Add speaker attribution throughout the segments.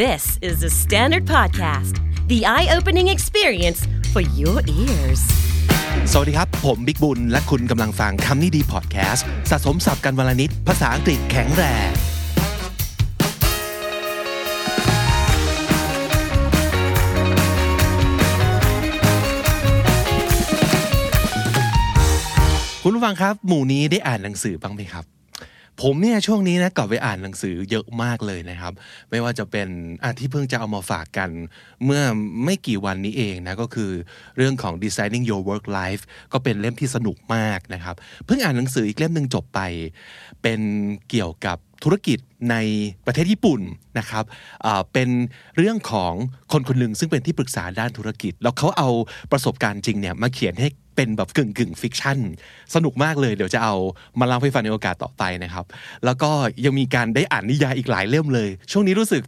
Speaker 1: This is the Standard Podcast, the eye opening experience for your ears.
Speaker 2: สวัสดีครับ ผมบิ๊กบุญ และคุณกำลังฟังคำนี้ดีพอดแคสต์สะสมสับกันวลนิดภาษาอังกฤษแข็งแรง คุณผู้ฟังครับ หมู่นี้ได้อ่านหนังสือบ้างไหมครับ ผมเนี่ยช่วงนี้นะกลับไปอ่านหนังสือเยอะมากเลยนะครับ ไม่ว่าจะเป็นอ่ะที่เพิ่งจะเอามาฝากกัน เมื่อไม่กี่วันนี้เองนะก็คือเรื่องของ designing your work life ก็เป็นเล่มที่สนุกมากนะครับ เพิ่งอ่านหนังสืออีกเล่มหนึ่งจบไป เป็นเกี่ยวกับธุรกิจในประเทศญี่ปุ่นนะครับอ่าเป็นเรื่องของคนคนหนึ่งซึ่งเป็นที่ปรึกษาด้านธุรกิจ แล้วเขาเอาประสบการณ์จริงเนี่ยมาเขียนให้ เป็นแบบกึ่งกึ่งฟิกชันสนุกมากเลยเดี๋ยวจะเอามาเล่าให้ฟังในโอกาสต่อไปนะครับ แล้วก็ยังมีการได้อ่านนิยายอีกหลายเล่มเลย ช่วงนี้รู้สึก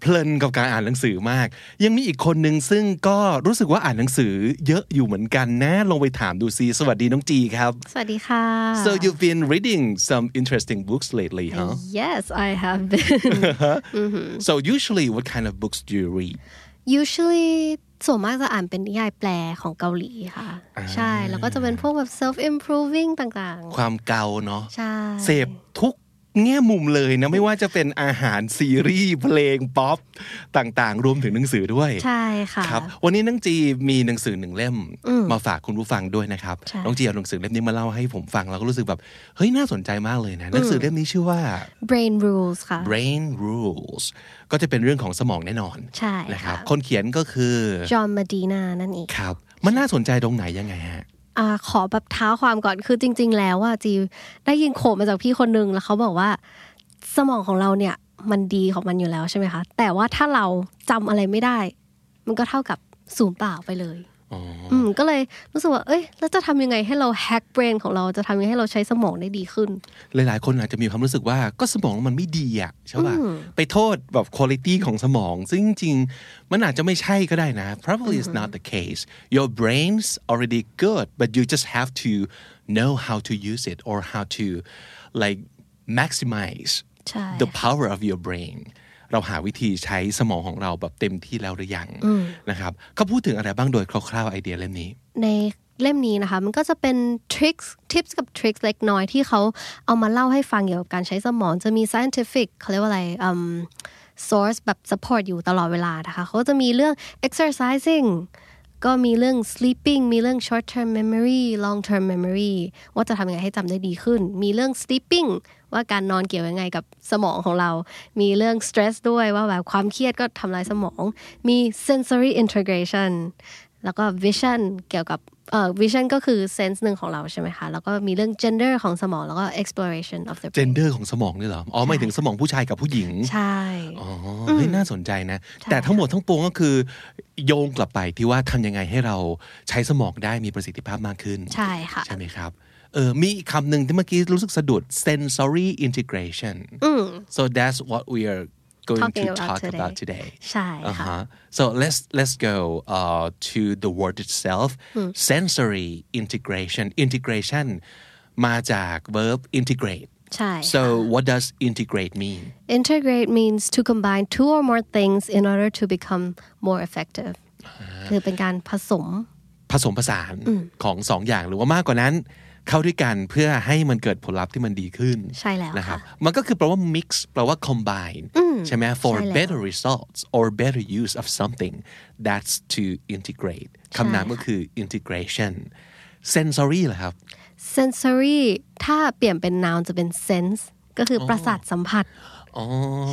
Speaker 2: เพลินกับการอ่านหนังสือมาก ยังมีอีกคนหนึ่งซึ่งก็รู้สึกว่าอ่านหนังสือเยอะอยู่เหมือนกันนะ ลองไปถามดูซิสวัสดีน้องจีครับ
Speaker 3: สวัสดีค่ะ
Speaker 2: so you've been reading some interesting books lately huh
Speaker 3: Yes I have been
Speaker 2: so usually what kind of books do you read
Speaker 3: usually ส่วนมากจะอ่านเป็นนิยายแปลของเกาหลีค่ะ ใช่ แล้วก็จะเป็นพวกแบบ self improving ต่าง
Speaker 2: ความเกาเนาะ
Speaker 3: ๆ ใช่
Speaker 2: เสพทุกแง่มุมเลยนะ ไม่ว่าจะเป็นอาหารซีรีส์เพลงป๊อปต่างๆ รวมถึงหนังสือด้วย
Speaker 3: ใช่ค่ะ
Speaker 2: ครับ วันนี้น้องจีมีหนังสือหนึ่งเล่ม
Speaker 3: อืม
Speaker 2: มาฝากคุณผู้ฟังด้วยนะครับ
Speaker 3: ใช่
Speaker 2: น้องจีเอาหนังสือเล่มนี้มาเล่าให้ผมฟังแล้วก็รู้สึกแบบเฮ้ยน่าสนใจมากเลยนะหนังสือเล่มนี้ชื่อว่า
Speaker 3: brain rules ค่ะ
Speaker 2: Brain Rules ก็จะเป็นเรื่องของสมองแน่นอน
Speaker 3: ใช่
Speaker 2: นะครับ
Speaker 3: ค่ะ
Speaker 2: คนเขียนก็คือ
Speaker 3: จอห์นมาดีนานั่นเอง
Speaker 2: ครับ มันน่าสนใจตรงไหนยังไงฮะ
Speaker 3: อ่าขอแบบเท้าความก่อนคือจริง ๆ แล้วอ่ะจีได้ยินโขมาจากพี่คนนึงแล้วเขาบอกว่า สมองของเราเนี่ยมันดีของมันอยู่แล้วใช่ไหมคะ แต่ว่าถ้าเราจำอะไรไม่ได้ มันก็เท่ากับศูนย์เปล่าไปเลย
Speaker 2: อ๋อ
Speaker 3: อืมก็เลยรู้สึกว่า เอ้ยแล้วจะทำยังไงให้เราแฮกเบรนของเราจะทำยังไงให้เราใช้สมองได้ดีขึ้น
Speaker 2: หลายๆ คนอาจจะมีความรู้สึกว่าก็สมองมันไม่ดีอะใช่ป่ะ
Speaker 3: อืม
Speaker 2: ไปโทษแบบคุณ i t y ของสมอง ซึ่งจริงๆ มันอาจจะไม่ใช่ก็ได้นะ probably is not the case your brain's already good but you just have to know how to use it or how to like maximize
Speaker 3: ใช่
Speaker 2: the power of your brain เราหาวิธีใช้สมองของเราแบบเต็มที่แล้วหรือยังนะครับเขาพูดถึงอะไรบ้างโดยคร่าวๆไอเดียเล่มนี้
Speaker 3: ในเล่มนี้นะคะ มันก็จะเป็นทริคทิปกับทริคเล็กน้อยที่เขาเอามาเล่าให้ฟังเกี่ยวกับการใช้สมองจะมี scientific เขาเรียกว่าอะไรอืม source แบบ support อยู่ตลอดเวลานะคะเขาจะมีเรื่อง exercising ก็มีเรื่อง sleeping มีเรื่อง short term memory long term memory ว่าจะทำยังไงให้จำได้ดีขึ้น มีเรื่อง sleeping ว่าการนอนเกี่ยวยังไงกับสมองของเรา มีเรื่อง stress ด้วยว่าแบบความเครียดก็ทำลายสมอง มี sensory integration แล้วก็ vision เกี่ยวกับเอ่อ vision ก็คือ sense หนึ่งของเราใช่ไหมคะ แล้วก็มีเรื่อง gender ของสมอง แล้วก็ exploration of the brain
Speaker 2: gender ของสมองนี่เหรออ๋อหมายถึงสมองผู้ชายกับผู้หญิง
Speaker 3: ใช่
Speaker 2: อ๋อเฮ้ยน่าสนใจนะ แต่ทั้งหมดทั้งปวงก็คือ โยงกลับไปที่ว่าทำยังไงให้เราใช้สมองได้มีประสิทธิภาพมากขึ้น
Speaker 3: ใช่ค่ะ
Speaker 2: ใช่ไหมครับเออมีอีกคำหนึ่งที่เมื่อกี้รู้สึกสะดุด sensory integration
Speaker 3: อืม
Speaker 2: so that's what we are going
Speaker 3: Talking
Speaker 2: to
Speaker 3: about
Speaker 2: talk
Speaker 3: today.
Speaker 2: about today
Speaker 3: ใช่ค่ะ
Speaker 2: Uh-huh. so let's let's go uh, to the word itself sensory integration integration มาจาก verb integrate
Speaker 3: ใช่
Speaker 2: so what does integrate mean
Speaker 3: Integrate means to combine two or more things in order to become more effective คือเป็นการผสม
Speaker 2: ผสมผสานของสองอย่างหรือว่ามากกว่านั้น เข้าด้วยกันเพื่อให้มันเกิดผลลัพธ์ที่มันดีขึ้น
Speaker 3: ใช่แล้ว
Speaker 2: นะครับ
Speaker 3: ค่ะ
Speaker 2: มันก็คือแปลว่า mix แปลว่า combine ใช่ไหม for
Speaker 3: ใช่แล้ว
Speaker 2: better results or better use of something that's to integrate คำนามก็คือ integration sensory เหรอครับ
Speaker 3: sensory ถ้าเปลี่ยนเป็น noun จะเป็น sense ก็คือประสาทสัมผัส
Speaker 2: อ๋อ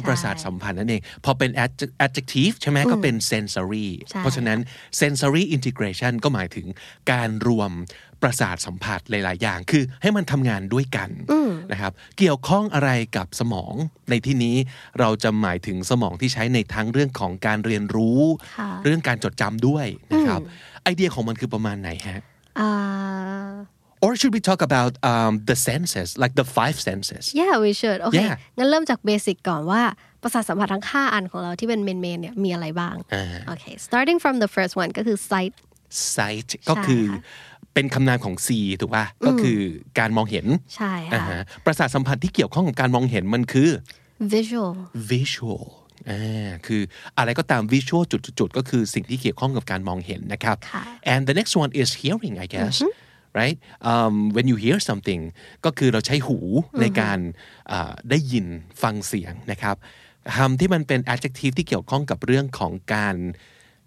Speaker 2: ประสาทสัมผัสนั่นเอง พอเป็น adj- adjective ใช่ไหมก็เป็น sensory
Speaker 3: ใช่
Speaker 2: เพราะฉะนั้น sensory integration ก็หมายถึงการรวมประสาทสัมผัสหลาย ๆ อย่าง คือให้มันทำงานด้วยกันนะครับ เกี่ยวข้องอะไรกับสมอง ในที่นี้เราจะหมายถึงสมองที่ใช้ในทั้งเรื่องของการเรียนรู้ เรื่องการจดจำด้วยนะครับ ไอเดียของมันคือประมาณไหนฮะ
Speaker 3: อ่า
Speaker 2: or should we talk about um, the senses like the five senses
Speaker 3: yeah we should โอเค
Speaker 2: Yeah
Speaker 3: งั้นเริ่มจากเบสิกก่อนว่า ประสาทสัมผัสทั้ง 5 อันของเราที่เป็นเมนเมนเนี่ยมีอะไรบ้าง โอเค starting from the first one ก็คือ sight
Speaker 2: sight ก็คือ
Speaker 3: ค่ะ
Speaker 2: เป็นคำนามของ see ถูกป่ะ ก็คือการมองเห็น
Speaker 3: ใช่
Speaker 2: อ่า
Speaker 3: ค่ะ
Speaker 2: ฮะประสาทสัมผัสที่เกี่ยวข้องกับการมองเห็นมันคือ
Speaker 3: visual
Speaker 2: visual อ่าคืออะไรก็ตาม visual จุดๆๆก็คือสิ่งที่เกี่ยวข้องกับการมองเห็นนะครับ
Speaker 3: ค่ะ
Speaker 2: and the next one is hearing I guess right um, when you hear something ก็คือเราใช้หูในการอ่าได้ยินฟังเสียงนะครับคำที่มันเป็น adjective ที่เกี่ยวข้องกับเรื่องของการ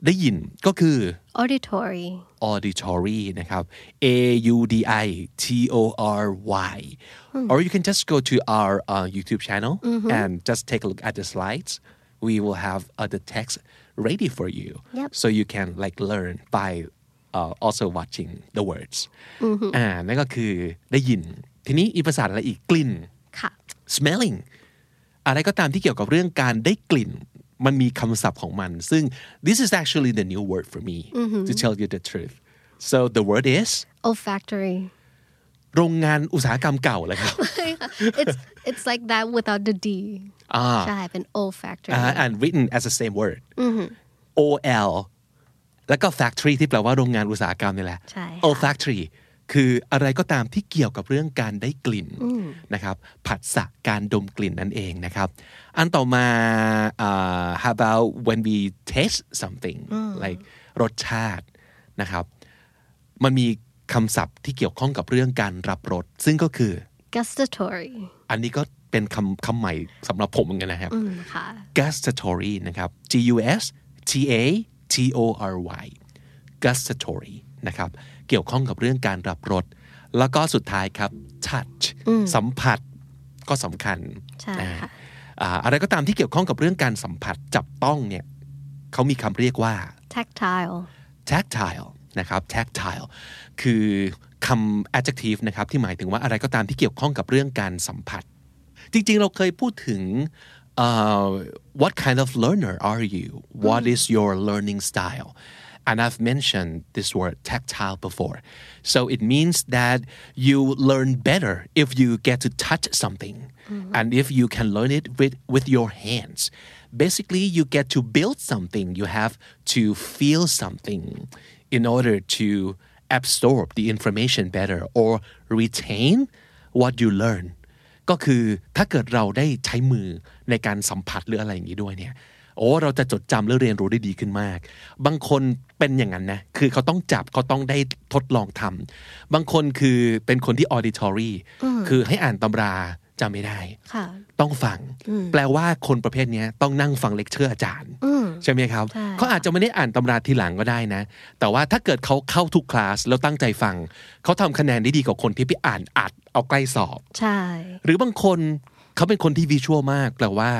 Speaker 2: ได้ยินก็คือ
Speaker 3: auditory
Speaker 2: auditory นะครับ A U D I T O R Y or you can just go to our uh, YouTube channel and just take a look at the slides we will have uh, the text ready for you
Speaker 3: Yep.
Speaker 2: so you can like learn by uh, also watching the words อ่านั่นก็คือได้ยิน ทีนี้อีกภาษาอะไรอีกกลิ่น
Speaker 3: ค่ะ
Speaker 2: smelling อะไรก็ตามที่เกี่ยวกับเรื่องการได้กลิ่น มันมีคำศัพท์ของมัน ซึ่ง this is actually the new word for me to tell you the truth so the word is
Speaker 3: olfactory
Speaker 2: โรงงานอุตสาหกรรมเก่าเลยครับ
Speaker 3: it's it's like that without the d
Speaker 2: อ่า
Speaker 3: ใช่เป็น olfactory
Speaker 2: อ่า and written as the same word O L แล้วก็ factory ที่แปลว่าโรงงานอุตสาหกรรมนี่แหละ
Speaker 3: ใช่ค่ะ
Speaker 2: O factory คืออะไรก็ตามที่เกี่ยวกับเรื่องการได้กลิ่นนะครับ ผัสสะการดมกลิ่นนั่นเองนะครับ อันต่อมาอ่า how about when we taste something like รสชาตินะครับ มันมีคำศัพท์ที่เกี่ยวข้องกับเรื่องการรับรส ซึ่งก็คือ
Speaker 3: gustatory
Speaker 2: อันนี้ก็เป็นคำคำใหม่สำหรับผมเหมือนกันนะครับ
Speaker 3: อืมค่ะ
Speaker 2: gustatory นะครับ G U S T A T O R Y gustatory นะครับ เกี่ยวข้องกับเรื่องการรับรส แล้วก็สุดท้ายครับ touch สัมผัสก็สำคัญ
Speaker 3: ใช่ค่ะ
Speaker 2: อ่าอะไรก็ตามที่เกี่ยวข้องกับเรื่องการสัมผัสจับต้องเนี่ยเขามีคำเรียกว่า
Speaker 3: tactile
Speaker 2: tactile นะครับ tactile คือคำ adjective นะครับที่หมายถึงว่าอะไรก็ตามที่เกี่ยวข้องกับเรื่องการสัมผัส จริง ๆ เราเคยพูดถึงเอ่อ what kind of learner are you what is your learning style and I've mentioned this word tactile before so it means that you learn better if you get to touch something and if you can learn it with with your hands basically you get to build something you have to feel something in order to absorb the information better or retain what you learn ก็คือถ้าเกิดเราได้ใช้มือในการสัมผัสหรืออะไรอย่างนี้ด้วยเนี่ยโอ้เราจะจดจำและเรียนรู้ได้ดีขึ้นมาก บางคนเป็นอย่างนั้นนะ คือเขาต้องจับเขาต้องได้ทดลองทำบางคนคือเป็นคนที่ auditory คือให้อ่านตำราจำไม่ได้
Speaker 3: ค่ะ
Speaker 2: ต้องฟัง แปลว่าคนประเภทเนี้ยต้องนั่งฟังเลคเชอร์อาจารย์ ใช่ไหมครับ
Speaker 3: ใช่
Speaker 2: เขาอาจจะไม่ได้อ่านตำราทีหลังก็ได้นะ แต่ว่าถ้าเกิดเขาเข้าทุกคลาสแล้วตั้งใจฟัง เขาทำคะแนนได้ดีกว่าคนที่ไปอ่านอัดเอาใกล้สอบ
Speaker 3: ใช่
Speaker 2: หรือบางคนเขาเป็นคนที่วิชวลมาก แปลว่า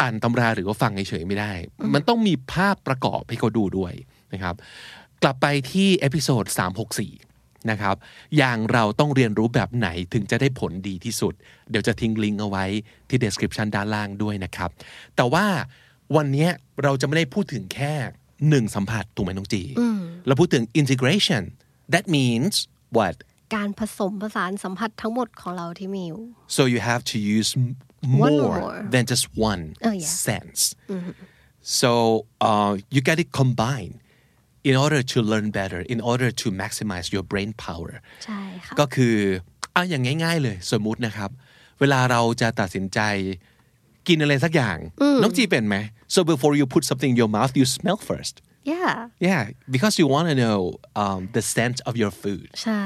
Speaker 2: อ่านตำราหรือว่าฟังเฉยๆไม่ได้ มันต้องมีภาพประกอบให้เขาดูด้วยนะครับ กลับไปที่เอพิโซด364 นะครับ อย่างเราต้องเรียนรู้แบบไหนถึงจะได้ผลดีที่สุด เดี๋ยวจะทิ้งลิงก์เอาไว้ที่ description ด้านล่างด้วยนะครับ แต่ว่าวันเนี้ยเราจะไม่ได้พูดถึงแค่หนึ่งสัมผัสถูกไหมน้องจีเราพูดถึง integration that means what
Speaker 3: การผสมผสานสัมผัสทั้งหมดของเราที่มีอยู่
Speaker 2: So you have to use m- more,
Speaker 3: One more.
Speaker 2: than just one
Speaker 3: Oh, yeah. Mm-hmm.
Speaker 2: sense. So uh, you got to combine in order to learn better, in order to maximize your brain power.
Speaker 3: ใช่ค่ะ
Speaker 2: ก็คือเอาอย่างง่าย ๆ เลย สมมุตินะครับ เวลาเราจะตัดสินใจกินอะไรสักอย่าง
Speaker 3: Mm.
Speaker 2: น้องจีเป็นไหม So before you put something in your mouth, you smell first.
Speaker 3: yeah
Speaker 2: Yeah, because you want to know um, the scent of your food.
Speaker 3: ใช่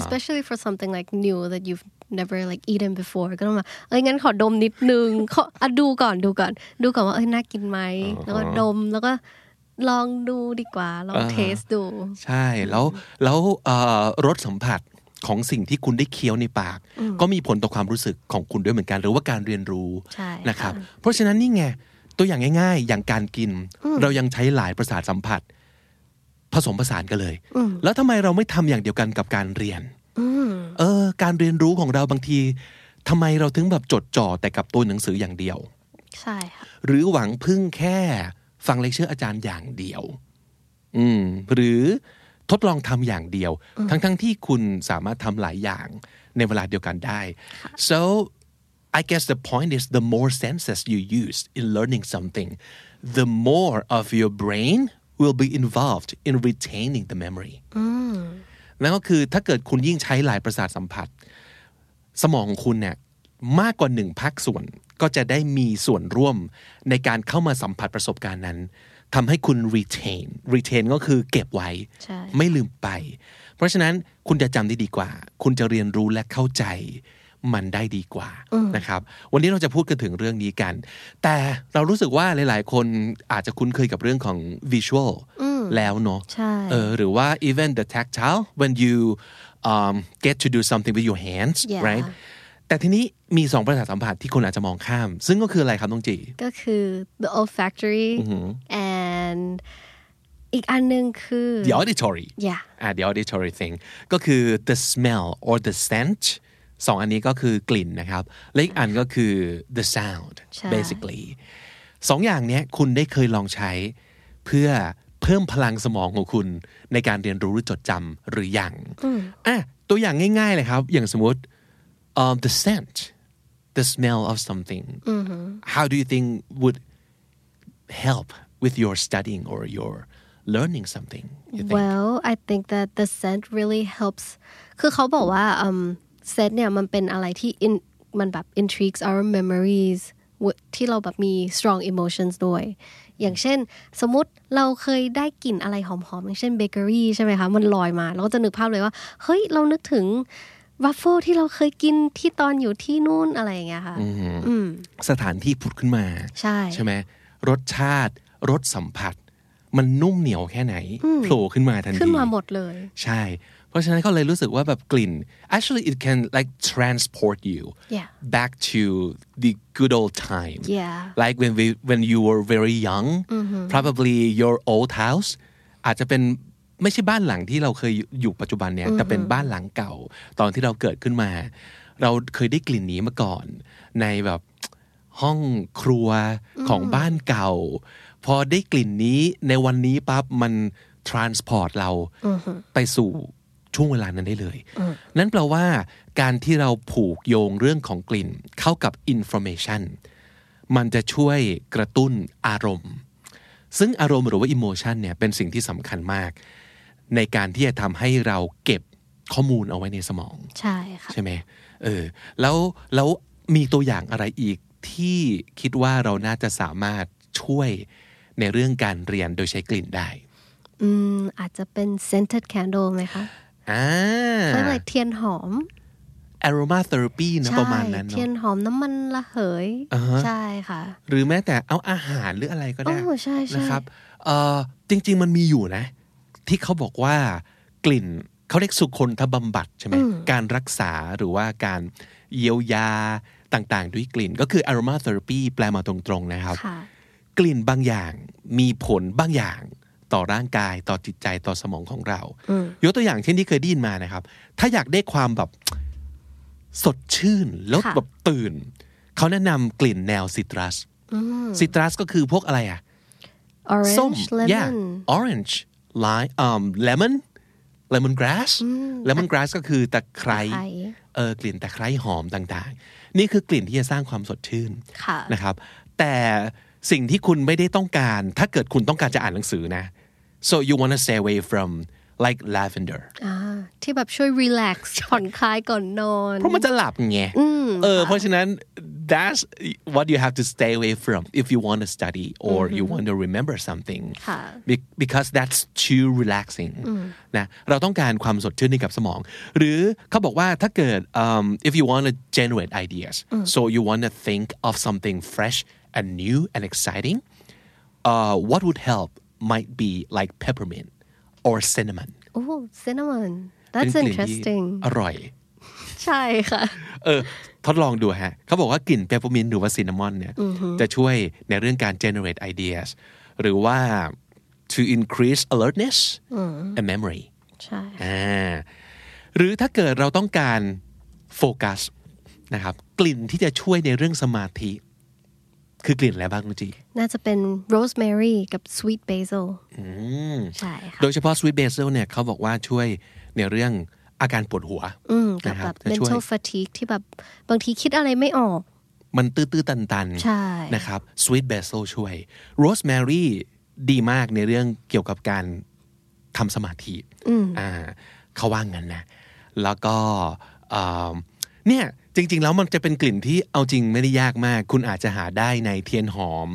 Speaker 3: especially for something like new that you've never like eaten before ก็ต้องมาเอ้ยงั้นขอดมนิดนึง ขออะดูก่อนดูก่อน ดูก่อนว่าเอ้ยน่ากินไหม แล้วก็ดมแล้วก็ลองดูดีกว่า ลองเทสดู
Speaker 2: ใช่แล้วแล้วเอ่อรสสัมผัสของสิ่งที่คุณได้เคี้ยวในปาก ก็มีผลต่อความรู้สึกของคุณด้วยเหมือนกัน หรือว่าการเรียนรู้
Speaker 3: ใช่
Speaker 2: นะครับ เพราะฉะนั้นนี่ไง ตัวอย่างง่ายๆ อย่างการกิน เรายังใช้หลายประสาทสัมผัส ผสมผสานกันเลย แล้วทำไมเราไม่ทำอย่างเดียวกันกับการเรียนเออ การเรียนรู้ของเราบางทีทำไมเราถึงแบบจดจ่อแต่กับตัวหนังสืออย่างเดียว
Speaker 3: ใช่ค่ะ
Speaker 2: หรือหวังพึ่งแค่ฟังเลคเชอร์อาจารย์อย่างเดียว อืม หรือทดลองทำอย่างเดียว ทั้งทั้งๆที่คุณสามารถทำหลายอย่างในเวลาเดียวกันได้ so I guess the point is the more senses you use in learning something the more of your brain will be involved in retaining the memory นั่นก็คือถ้าเกิดคุณยิ่งใช้หลายประสาทสัมผัส สมองของคุณเนี่ยมากกว่าหนึ่งภาคส่วน ก็จะได้มีส่วนร่วมในการเข้ามาสัมผัสประสบการณ์นั้นทำให้คุณ retain retain ก็คือเก็บไว้
Speaker 3: ใช่
Speaker 2: ไม่ลืมไป เพราะฉะนั้นคุณจะจำได้ดีกว่า คุณจะเรียนรู้และเข้าใจมันได้ดีกว่านะครับ วันนี้เราจะพูดกันถึงเรื่องนี้กัน แต่เรารู้สึกว่าหลาย ๆ คนอาจจะคุ้นเคยกับเรื่องของ visual แล้วเนาะ
Speaker 3: ใช่
Speaker 2: เออหรือว่า even the tactile when you um, get to do something with your hands
Speaker 3: Yeah.
Speaker 2: right แต่ทีนี้มีสองประสาทสัมผัสที่คนอาจจะมองข้าม ซึ่งก็คืออะไรครับน้องจี
Speaker 3: ก็คือ the olfactory and อีกอันหนึงคือ
Speaker 2: the auditory
Speaker 3: yeah
Speaker 2: อ่า the auditory thing ก็คือ the smell or the scent สองอันนี้ก็คือกลิ่นนะครับ และอีกอันก็คือ the sound
Speaker 3: ใช่
Speaker 2: basically สองอย่างเนี้ยคุณได้เคยลองใช้ เพื่อเพิ่มพลังสมองของคุณในการเรียนรู้หรือจดจำหรือยังอ่ะตัวอย่างง่ายๆเลยครับ อย่างสมมติ um, the scent the smell of something how do you think would help with your studying or your learning something you think
Speaker 3: Well, I think that the scent really helps คือเขาบอกว่า um, scent เนี่ยมันเป็นอะไรที่ in, มันแบบ intrigues our memories วที่เราแบบมี strong emotions ด้วย อย่างเช่น สมมติเราเคยได้กลิ่นอะไรหอมๆ อย่างเช่นเบเกอรี่ใช่ไหมคะ มันลอยมา เราก็จะนึกภาพเลยว่า เฮ้ย เรานึกถึงวัฟเฟิลที่เราเคยกินที่ตอนอยู่ที่นู่นอะไรอย่างเงี้ยค่ะ
Speaker 2: สถานที่ผุดขึ้นมา
Speaker 3: ใช่
Speaker 2: ไหมรสชาติรสสัมผัส มันนุ่มเหนียวแค่ไหนโผล่ขึ้นมาทันที
Speaker 3: ขึ้นมาหมดเลย
Speaker 2: ใช่ เพราะฉะนั้นก็เลยรู้สึกว่าแบบกลิ่น actually it can like transport you
Speaker 3: Yeah.
Speaker 2: back to the good old time
Speaker 3: Yeah.
Speaker 2: like when we when you were very young probably your old house อาจจะเป็นไม่ใช่บ้านหลังที่เราเคยอยู่ปัจจุบันเนี่ยแต่เป็นบ้านหลังเก่า ตอนที่เราเกิดขึ้นมา เราเคยได้กลิ่นนี้มาก่อน ในแบบห้องครัวของบ้านเก่า พอได้กลิ่นนี้ในวันนี้ปั๊บมัน transport เราไปสู่ช่วงเวลานั้นได้เลย นั่นแปลว่าการที่เราผูกโยงเรื่องของกลิ่นเข้ากับ information มันจะช่วยกระตุ้นอารมณ์ ซึ่งอารมณ์หรือว่าอิโมชันเนี่ยเป็นสิ่งที่สำคัญมาก ในการที่จะทำให้เราเก็บข้อมูลเอาไว้ในสมอง
Speaker 3: ใช่ค่ะ
Speaker 2: ใช่ไหมเออแล้วแล้วมีตัวอย่างอะไรอีกที่คิดว่าเราน่าจะสามารถช่วยในเรื่องการเรียนโดยใช้กลิ่นได้
Speaker 3: อืม อาจจะเป็น scented candle ไหมคะ
Speaker 2: อ่า
Speaker 3: เรียกอะไรเทียนหอม
Speaker 2: aroma therapy นะ
Speaker 3: ใช่
Speaker 2: ประมาณนั้น
Speaker 3: เทีย
Speaker 2: เนาะ
Speaker 3: นหอมน้ำมันระเหย
Speaker 2: อ่าฮะ
Speaker 3: ใช่ค่ะ
Speaker 2: หรือแม้แต่เอาอาหารหรืออะไรก็ได้
Speaker 3: โอ้ใช่ใช่
Speaker 2: นะครับเอ่อจริง ๆ มันมีอยู่นะ ที่เขาบอกว่ากลิ่นเขาเรียกสุคนทบำบัดใช่ไหมการรักษาหรือว่าการเยียวยาต่างๆ ด้วยกลิ่น ก็คือ aroma therapy แปลมาตรงๆนะครับ
Speaker 3: ค่ะ
Speaker 2: กลิ่นบางอย่างมีผลบางอย่างต่อร่างกายต่อจิตใจต่อสมองของเรา ยกตัวอย่างเช่นที่เคยได้ยินมานะครับ ถ้าอยากได้ความแบบสดชื่น แล้ว
Speaker 3: ค่ะ
Speaker 2: แบบตื่น เขาแนะนำกลิ่นแนวซิตรัสซิตรัสก็คือพวกอะไรอะ ส้ม
Speaker 3: orange
Speaker 2: yeah
Speaker 3: lemon
Speaker 2: orange lime um lemon lemon grass lemon grass ก็คือตะไคร้
Speaker 3: ตะไคร้
Speaker 2: เออกลิ่นตะไคร้หอมต่างๆ นี่คือกลิ่นที่จะสร้างความสดชื่น
Speaker 3: ค่ะ
Speaker 2: นะครับ แต่สิ่งที่คุณไม่ได้ต้องการ ถ้าเกิดคุณต้องการจะอ่านหนังสือนะ so you want to stay away from like lavender
Speaker 3: อ่าที่แบบช่วย relax ผ่อนคลายก่อนนอน
Speaker 2: เพราะมันจะหลับไงเออเพราะฉะนั้น that's what you have to stay away from if you want to study or you want to remember something
Speaker 3: ค่ะ
Speaker 2: Be- because that's too relaxing นะเราต้องการความสดชื่นให้กับสมอง หรือเขาบอกว่าถ้าเกิด um, if you want to generate ideas so you want to think of something fresh and new and exciting uh, what would help might be like peppermint or cinnamon
Speaker 3: โอ้ cinnamon
Speaker 2: เป็น
Speaker 3: that's
Speaker 2: กลิ่นที่
Speaker 3: interesting
Speaker 2: อร่อย
Speaker 3: ใช่ค่ะ
Speaker 2: เออทดลองดูฮะ เขาบอกว่ากลิ่นเปปเปอร์มินต์หรือว่าซินนามอนเนี่ยจะช่วยในเรื่องการ generate ideas หรือว่า to increase alertness and memory
Speaker 3: ใช่ค่ะ
Speaker 2: อ่าหรือถ้าเกิดเราต้องการโฟกัสนะครับ กลิ่นที่จะช่วยในเรื่องสมาธิ คือกลิ่นอะไรบ้างคุณจี
Speaker 3: น่าจะเป็น rosemary กับ sweet basil ใช่ค่ะ
Speaker 2: โดยเฉพาะ sweet basil เนี่ยเขาบอกว่าช่วยในเรื่องอาการปวดหัว
Speaker 3: อืมกับ
Speaker 2: นะค
Speaker 3: แบ
Speaker 2: รับบ จะช่วย
Speaker 3: mental fatigue ที่แบบบางทีคิดอะไรไม่ออก
Speaker 2: มันตื้อๆตันๆ
Speaker 3: ใช่
Speaker 2: นะครับ sweet basil ช่วย rosemary ดีมากในเรื่องเกี่ยวกับการทำสมาธิอ่าเขาว่างงั้นนะ แล้วก็เอิ่ม เนี่ยจริง ๆ แล้วมันจะเป็นกลิ่นที่เอาจริงไม่ได้ยากมาก คุณอาจจะหาได้ในเทียนหอม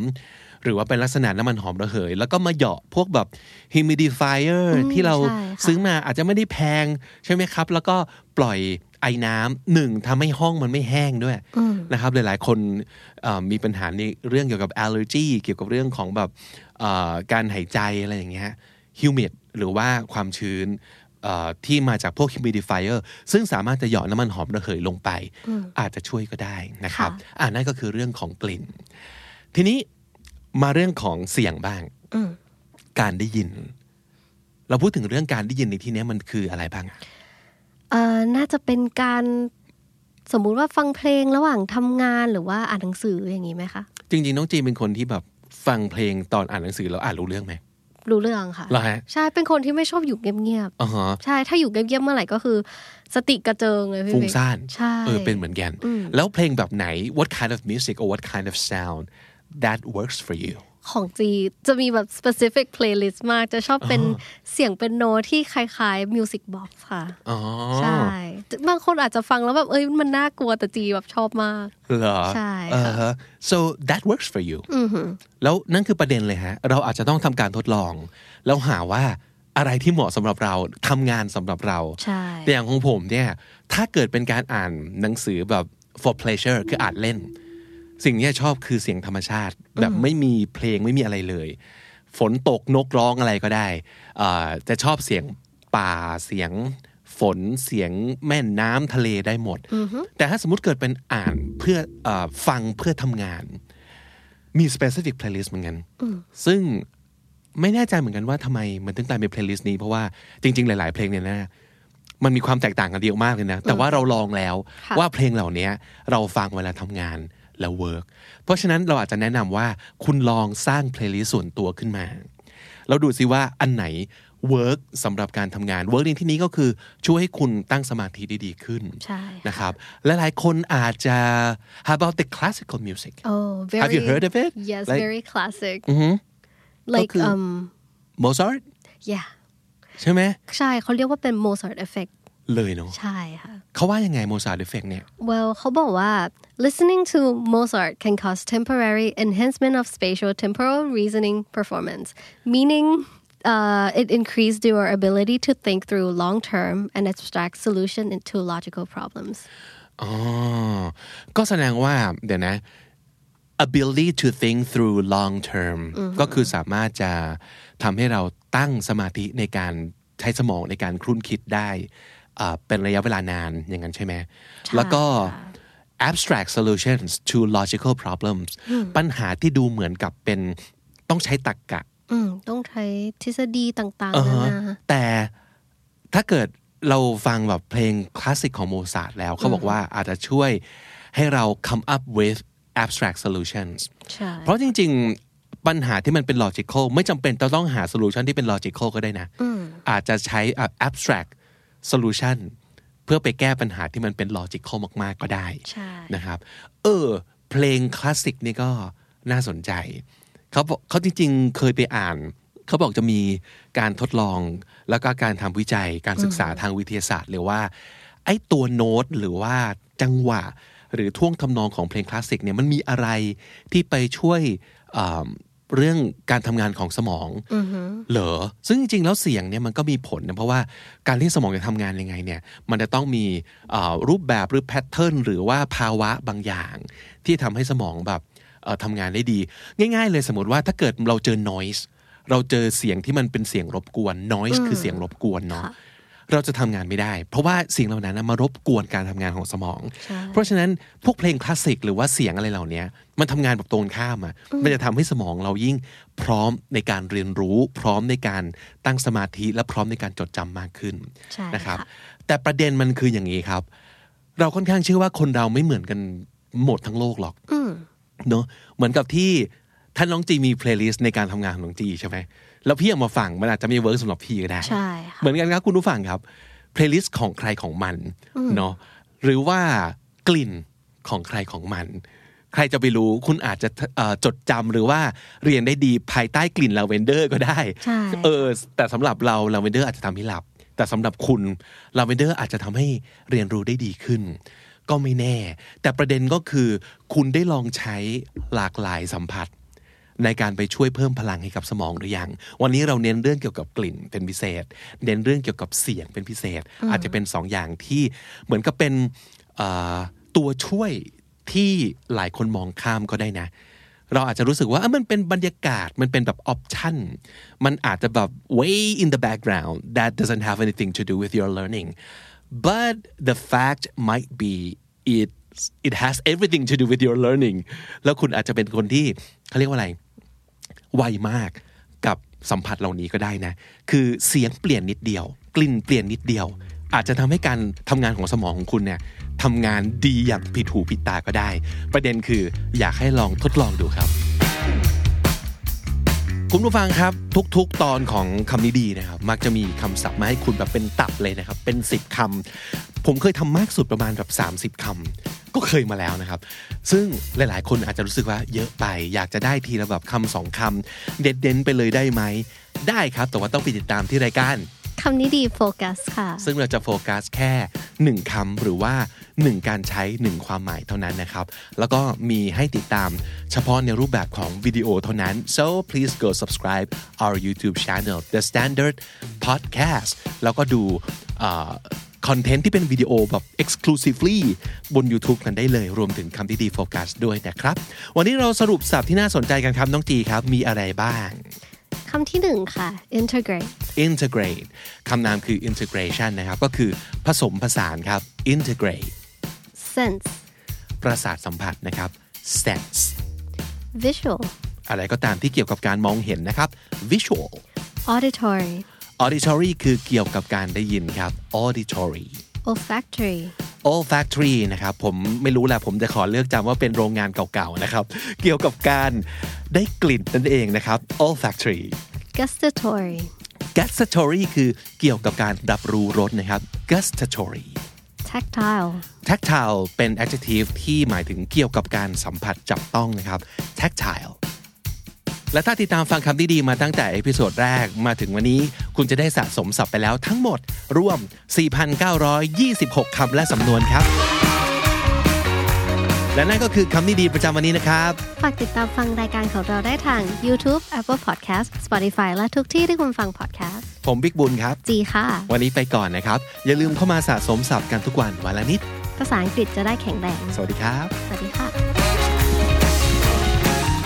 Speaker 2: หรือว่าเป็นลักษณะน้ำมันหอมระเหย แล้วก็มาเหยาะพวกแบบ humidifier
Speaker 3: อืม
Speaker 2: ที่เรา
Speaker 3: ใช่ค่ะ
Speaker 2: ซื้อมาอาจจะไม่ได้แพง ใช่ไหมครับ แล้วก็ปล่อยไอ้น้ำหนึ่งทำให้ห้องมันไม่แห้งด้วย
Speaker 3: อืม
Speaker 2: นะครับหลายๆคนเอ่อมีปัญหาในเรื่องเกี่ยวกับ allergy เกี่ยวกับเรื่องของแบบเอ่อการหายใจอะไรอย่างเงี้ย humid หรือว่าความชื้นเอ่อที่มาจากพวก humidifier ซึ่งสามารถจะเหยาะน้ำมันหอมระเหยลงไป อาจจะช่วยก็ได้นะครับ
Speaker 3: ค่ะ
Speaker 2: อ่านั่นก็คือเรื่องของกลิ่น ทีนี้มาเรื่องของเสียงบ้าง
Speaker 3: อืม
Speaker 2: การได้ยิน เราพูดถึงเรื่องการได้ยินในที่เนี้ยมันคืออะไรบ้างอะ
Speaker 3: เอ่อน่าจะเป็นการสมมุติว่าฟังเพลงระหว่างทำงานหรือว่าอ่านหนังสืออย่างนี้ไหมคะ
Speaker 2: จริงๆ น้องจีนเป็นคนที่แบบฟังเพลงตอนอ่านหนังสือแล้วอ่านรู้เรื่องไหม
Speaker 3: รู้เรื่องค่ะ
Speaker 2: เหรอฮะ
Speaker 3: ใช่เป็นคนที่ไม่ชอบอยู่เงียบ
Speaker 2: อ๋อฮะ
Speaker 3: ๆใช่ถ้าอยู่เงียบๆเมื่อไหร่ก็คือ สติกระเจิงเลยพี่
Speaker 2: ฟุ้ง
Speaker 3: เบ๊ก
Speaker 2: ซ่าน
Speaker 3: ใช่
Speaker 2: เออ เป็นเหมือนกัน
Speaker 3: ม
Speaker 2: แล้วเพลงแบบไหน what kind of music or what kind of sound that works for you
Speaker 3: ของจีจะมีแบบ specific playlist มากจะชอบเป็นเสียงเป็นโนที่คล้ายๆ music box ค่ะ
Speaker 2: อ๋อ
Speaker 3: ใช่บางคนอาจจะฟังแล้วแบบเอ้ยมันน่ากลัวแต่จีแบบชอบมาก
Speaker 2: เหรอ
Speaker 3: ใช่ค่ะ
Speaker 2: เออฮะ so that works for you
Speaker 3: อือหือ
Speaker 2: แล้วนั่นคือประเด็นเลยฮะ เราอาจจะต้องทำการทดลอง แล้วหาว่าอะไรที่เหมาะสำหรับเราทำงานสำหรับเรา
Speaker 3: ใช่
Speaker 2: แต่อย่างของผมเนี่ย ถ้าเกิดเป็นการอ่านหนังสือแบบ for pleasure คืออ่านเล่น สิ่งที่ชอบคือเสียงธรรมชาติ แบบไม่มีเพลงไม่มีอะไรเลย ฝนตกนกร้องอะไรก็ได้อ่าจะชอบเสียงป่าเสียงฝนเสียงแม่น้ำทะเลได้หมด แต่ถ้าสมมติเกิดเป็นอ่านเพื่ออาฟังเพื่อทำงาน มี specific playlist เหมือนกัน ซึ่งไม่แน่ใจเหมือนกันว่าทำไมมันถึงกลายเป็น playlist นี้ เพราะว่าจริง ๆ หลาย ๆ เพลงเนี่ยนะ มันมีความแตกต่างกันเยอะมากเลยนะ แต่ว่าเราลองแล้ว
Speaker 3: ค่ะ
Speaker 2: ว่าเพลงเหล่านี้เราฟังเวลาทำงานแล้วเวิร์กเพราะฉะนั้นเราอาจจะแนะนำว่าคุณลองสร้างเพลย์ลิสต์ส่วนตัวขึ้นมา แล้วดูซิว่าอันไหนเวิร์กสำหรับการทำงานเวิร์กในที่นี้ก็คือช่วยให้คุณตั้งสมาธิได้ดีขึ้น
Speaker 3: ใช่
Speaker 2: นะครับและหลายคนอาจจะ how about the classical music
Speaker 3: oh very
Speaker 2: have you heard of it
Speaker 3: yes
Speaker 2: Like-
Speaker 3: very classic
Speaker 2: อือหือ
Speaker 3: like
Speaker 2: ก็คือ
Speaker 3: um
Speaker 2: Mozart
Speaker 3: yeah
Speaker 2: ใช่ไหม
Speaker 3: ใช่เขาเรียกว่าเป็น Mozart effect
Speaker 2: เลยเนาะ
Speaker 3: ใช่ค่ะ
Speaker 2: เขาว่ายังไง Mozart effect เนี่ย
Speaker 3: well เขาบอกว่า listening to Mozart can cause temporary enhancement of spatial temporal reasoning performance meaning uh, it increased your ability to think through long term and abstract solution into logical problems
Speaker 2: อ๋อ ก็แสดงว่าเดี๋ยวนะ ability to think through long term ก็คือสามารถจะทำให้เราตั้งสมาธิในการใช้สมองในการครุ่นคิดได้อ่าเป็นระยะเวลานานอย่างนั้นใช่ไหม แล้วก็ abstract solutions to logical problems ปัญหาที่ดูเหมือนกับเป็นต้องใช้ตรรกกะ
Speaker 3: อืมต้องใช้ทฤษฎีต่าง
Speaker 2: อ่า
Speaker 3: ๆนา
Speaker 2: ฮะ
Speaker 3: นา
Speaker 2: แต่ถ้าเกิดเราฟังแบบเพลงคลาสสิกของโมซาร์ทแล้วเขาบอกว่าอาจจะช่วยให้เรา come up with abstract solutions
Speaker 3: ใช่
Speaker 2: เพราะจริงๆ ปัญหาที่มันเป็น logical ไม่จำเป็นจะต้องหา solution ที่เป็น logical ก็ได้นะ อาจจะใช้อ่ะ abstract solution เพื่อไปแก้ปัญหาที่มันเป็น logical มากๆก็ได้
Speaker 3: ใช่
Speaker 2: นะครับเออเพลงคลาสสิกนี่ก็น่าสนใจเขาบอกเขาจริงๆเคยไปอ่าน เขาบอกจะมีการทดลองแล้วก็การทำวิจัยการศึกษาทางวิทยาศาสตร์เลยว่า ไอ้ตัวโน้ตหรือว่าจังหวะ หรือท่วงทำนองของเพลงคลาสสิกเนี่ยมันมีอะไรที่ไปช่วยเอ่อเรื่องการทำงานของสมอง
Speaker 3: อือหือ
Speaker 2: เหรอซึ่งจริงๆ แล้วเสียงเนี่ยมันก็มีผลนะ เพราะว่าการที่สมองจะทำงานยังไงเนี่ย มันจะต้องมีเอ่อรูปแบบหรือแพทเทิร์นหรือว่าภาวะบางอย่าง ที่ทำให้สมองแบบเอ่อทำงานได้ดี ง่ายๆ เลยสมมติว่าถ้าเกิดเราเจอ noise เราเจอเสียงที่มันเป็นเสียงรบกวน noise คือเสียงรบกวนเนาะ เราจะทำงานไม่ได้ เพราะว่าสิ่งเหล่านั้นนะมารบกวนการทำงานของสมอง
Speaker 3: ใช่
Speaker 2: เพราะฉะนั้นพวกเพลงคลาสสิกหรือว่าเสียงอะไรเหล่านี้มันทำงานแบบตรงข้ามอ่ะมันจะทำให้สมองเรายิ่งพร้อมในการเรียนรู้ พร้อมในการตั้งสมาธิและพร้อมในการจดจำมากขึ้น
Speaker 3: ใช่
Speaker 2: นะครับ
Speaker 3: ค่ะ
Speaker 2: แต่ประเด็นมันคืออย่างนี้ครับ เราค่อนข้างเชื่อว่าคนเราไม่เหมือนกันหมดทั้งโลกหรอก
Speaker 3: อืม
Speaker 2: เนอะเหมือนกับที่ท่านน้องจีมีเพลย์ลิสต์ในการทำงานของน้องจีใช่ไหมแล้วพี่เอามาฟังมันอาจจะไม่เวิร์กสำหรับพี่ก็ได้
Speaker 3: ใช่ค่ะ
Speaker 2: เหมือนกันครับคุณผู้ฟังครับ เพลย์ลิสต์ของใครของมันเนาะหรือว่ากลิ่นของใครของมัน ใครจะไปรู้คุณอาจจะเอ่อจดจำหรือว่าเรียนได้ดีภายใต้กลิ่นลาเวนเดอร์ก็ได้
Speaker 3: ใช่
Speaker 2: เออแต่สำหรับเราลาเวนเดอร์อาจจะทำให้หลับ แต่สำหรับคุณลาเวนเดอร์อาจจะทำให้เรียนรู้ได้ดีขึ้น ก็ไม่แน่ แต่ประเด็นก็คือ คุณได้ลองใช้หลากหลายสัมผัส ในการไปช่วยเพิ่มพลังให้กับสมองหรือยัง วันนี้เราเน้นเรื่องเกี่ยวกับกลิ่นเป็นพิเศษ เน้นเรื่องเกี่ยวกับเสียงเป็นพิเศษ อาจจะเป็นสองอย่างที่เหมือนกับเป็นเอ่อตัวช่วยที่หลายคนมองข้ามก็ได้นะ เราอาจจะรู้สึกว่าอ่ะมันเป็นบรรยากาศมันเป็นแบบออปชั n นมันอาจจะแบบ way in the background that doesn't have anything to do with your learning but the fact might be it it has everything to do with your learning แล้วคุณอาจจะเป็นคนที่เขาเรียกว่าอะไร ไวมากกับสัมผัสเหล่านี้ก็ได้นะ คือเสียงเปลี่ยนนิดเดียว กลิ่นเปลี่ยนนิดเดียว อาจจะทำให้การทำงานของสมองของคุณเนี่ยทำงานดีอย่างผิดหูผิดตาก็ได้ ประเด็นคืออยากให้ลองทดลองดูครับ คุณผู้ฟังครับทุกๆ ตอนของคำนี้ดีนะครับ มักจะมีคำศัพท์มาให้คุณแบบเป็นตับเลยนะครับ เป็น 10คำผมเคยทำมากสุดประมาณแบบ 30คำก็เคยมาแล้วนะครับ ซึ่งหลายๆ คนอาจจะรู้สึกว่าเยอะไป อยากจะได้ทีละแบบคำสองคำเด็ดเด่นไปเลยได้ไหม ได้ครับ แต่ว่าต้องไปติดตามที่รายการ
Speaker 3: คำนี้ดีโฟกัสค่ะ
Speaker 2: ซึ่งเราจะโฟกัสแค่ 1คำหรือว่า 1 การใช้ 1 ความหมายเท่านั้นนะครับ แล้วก็มีให้ติดตามเฉพาะในรูปแบบของวิดีโอเท่านั้น so please go subscribe our YouTube channel The Standard Podcast แล้วก็ดูคอนเทนต์ที่เป็นวิดีโอแบบ exclusively บน YouTube กันได้เลย รวมถึงคำที่ดีโฟกัสด้วยนะครับ วันนี้เราสรุปสับที่น่าสนใจกันครับน้องจีครับ มีอะไรบ้าง
Speaker 3: คำที่หนึ่งค่ะ integrate
Speaker 2: integrate คำนามคือ integration นะครับ ก็คือผสมผสานครับ integrate
Speaker 3: sense
Speaker 2: ประสาทสัมผัสนะครับ sense
Speaker 3: visual
Speaker 2: อะไรก็ตามที่เกี่ยวกับการมองเห็นนะครับ visual
Speaker 3: auditory
Speaker 2: auditory คือเกี่ยวกับการได้ยินครับ auditory
Speaker 3: olfactory
Speaker 2: olfactory นะครับ ผมไม่รู้แหละผมจะขอเลือกจำว่าเป็นโรงงานเก่าๆนะครับ เกี่ยวกับการได้กลิ่นนั่นเองนะครับ olfactory
Speaker 3: gustatory
Speaker 2: gustatory คือเกี่ยวกับการรับรู้รสนะครับ gustatory
Speaker 3: tactile
Speaker 2: tactile เป็น adjective ที่หมายถึงเกี่ยวกับการสัมผัสจับต้องนะครับ tactile และถ้าติดตามฟังคำที่ดีมาตั้งแต่เอพิโซดแรกมาถึงวันนี้ คุณจะได้สะสมศัพท์ไปแล้วทั้งหมด รวม 4,926 คำและสำนวนครับ และนั่นก็คือคำนี้ดีประจำวันนี้นะครับ
Speaker 3: ฝากติดตามฟังรายการของเราได้ทาง YouTube Apple Podcast Spotify และทุกที่ที่คุณฟัง podcast
Speaker 2: ผมบิ๊กบุญครับ
Speaker 3: จีค่ะ
Speaker 2: วันนี้ไปก่อนนะครับ อย่าลืมเข้ามาสะสมศัพท์กันทุกวันวันละนิด
Speaker 3: ภาษาอังกฤษจะได้แข็งแรง
Speaker 2: สวัสดีครับ
Speaker 3: สวัสดีค่ะ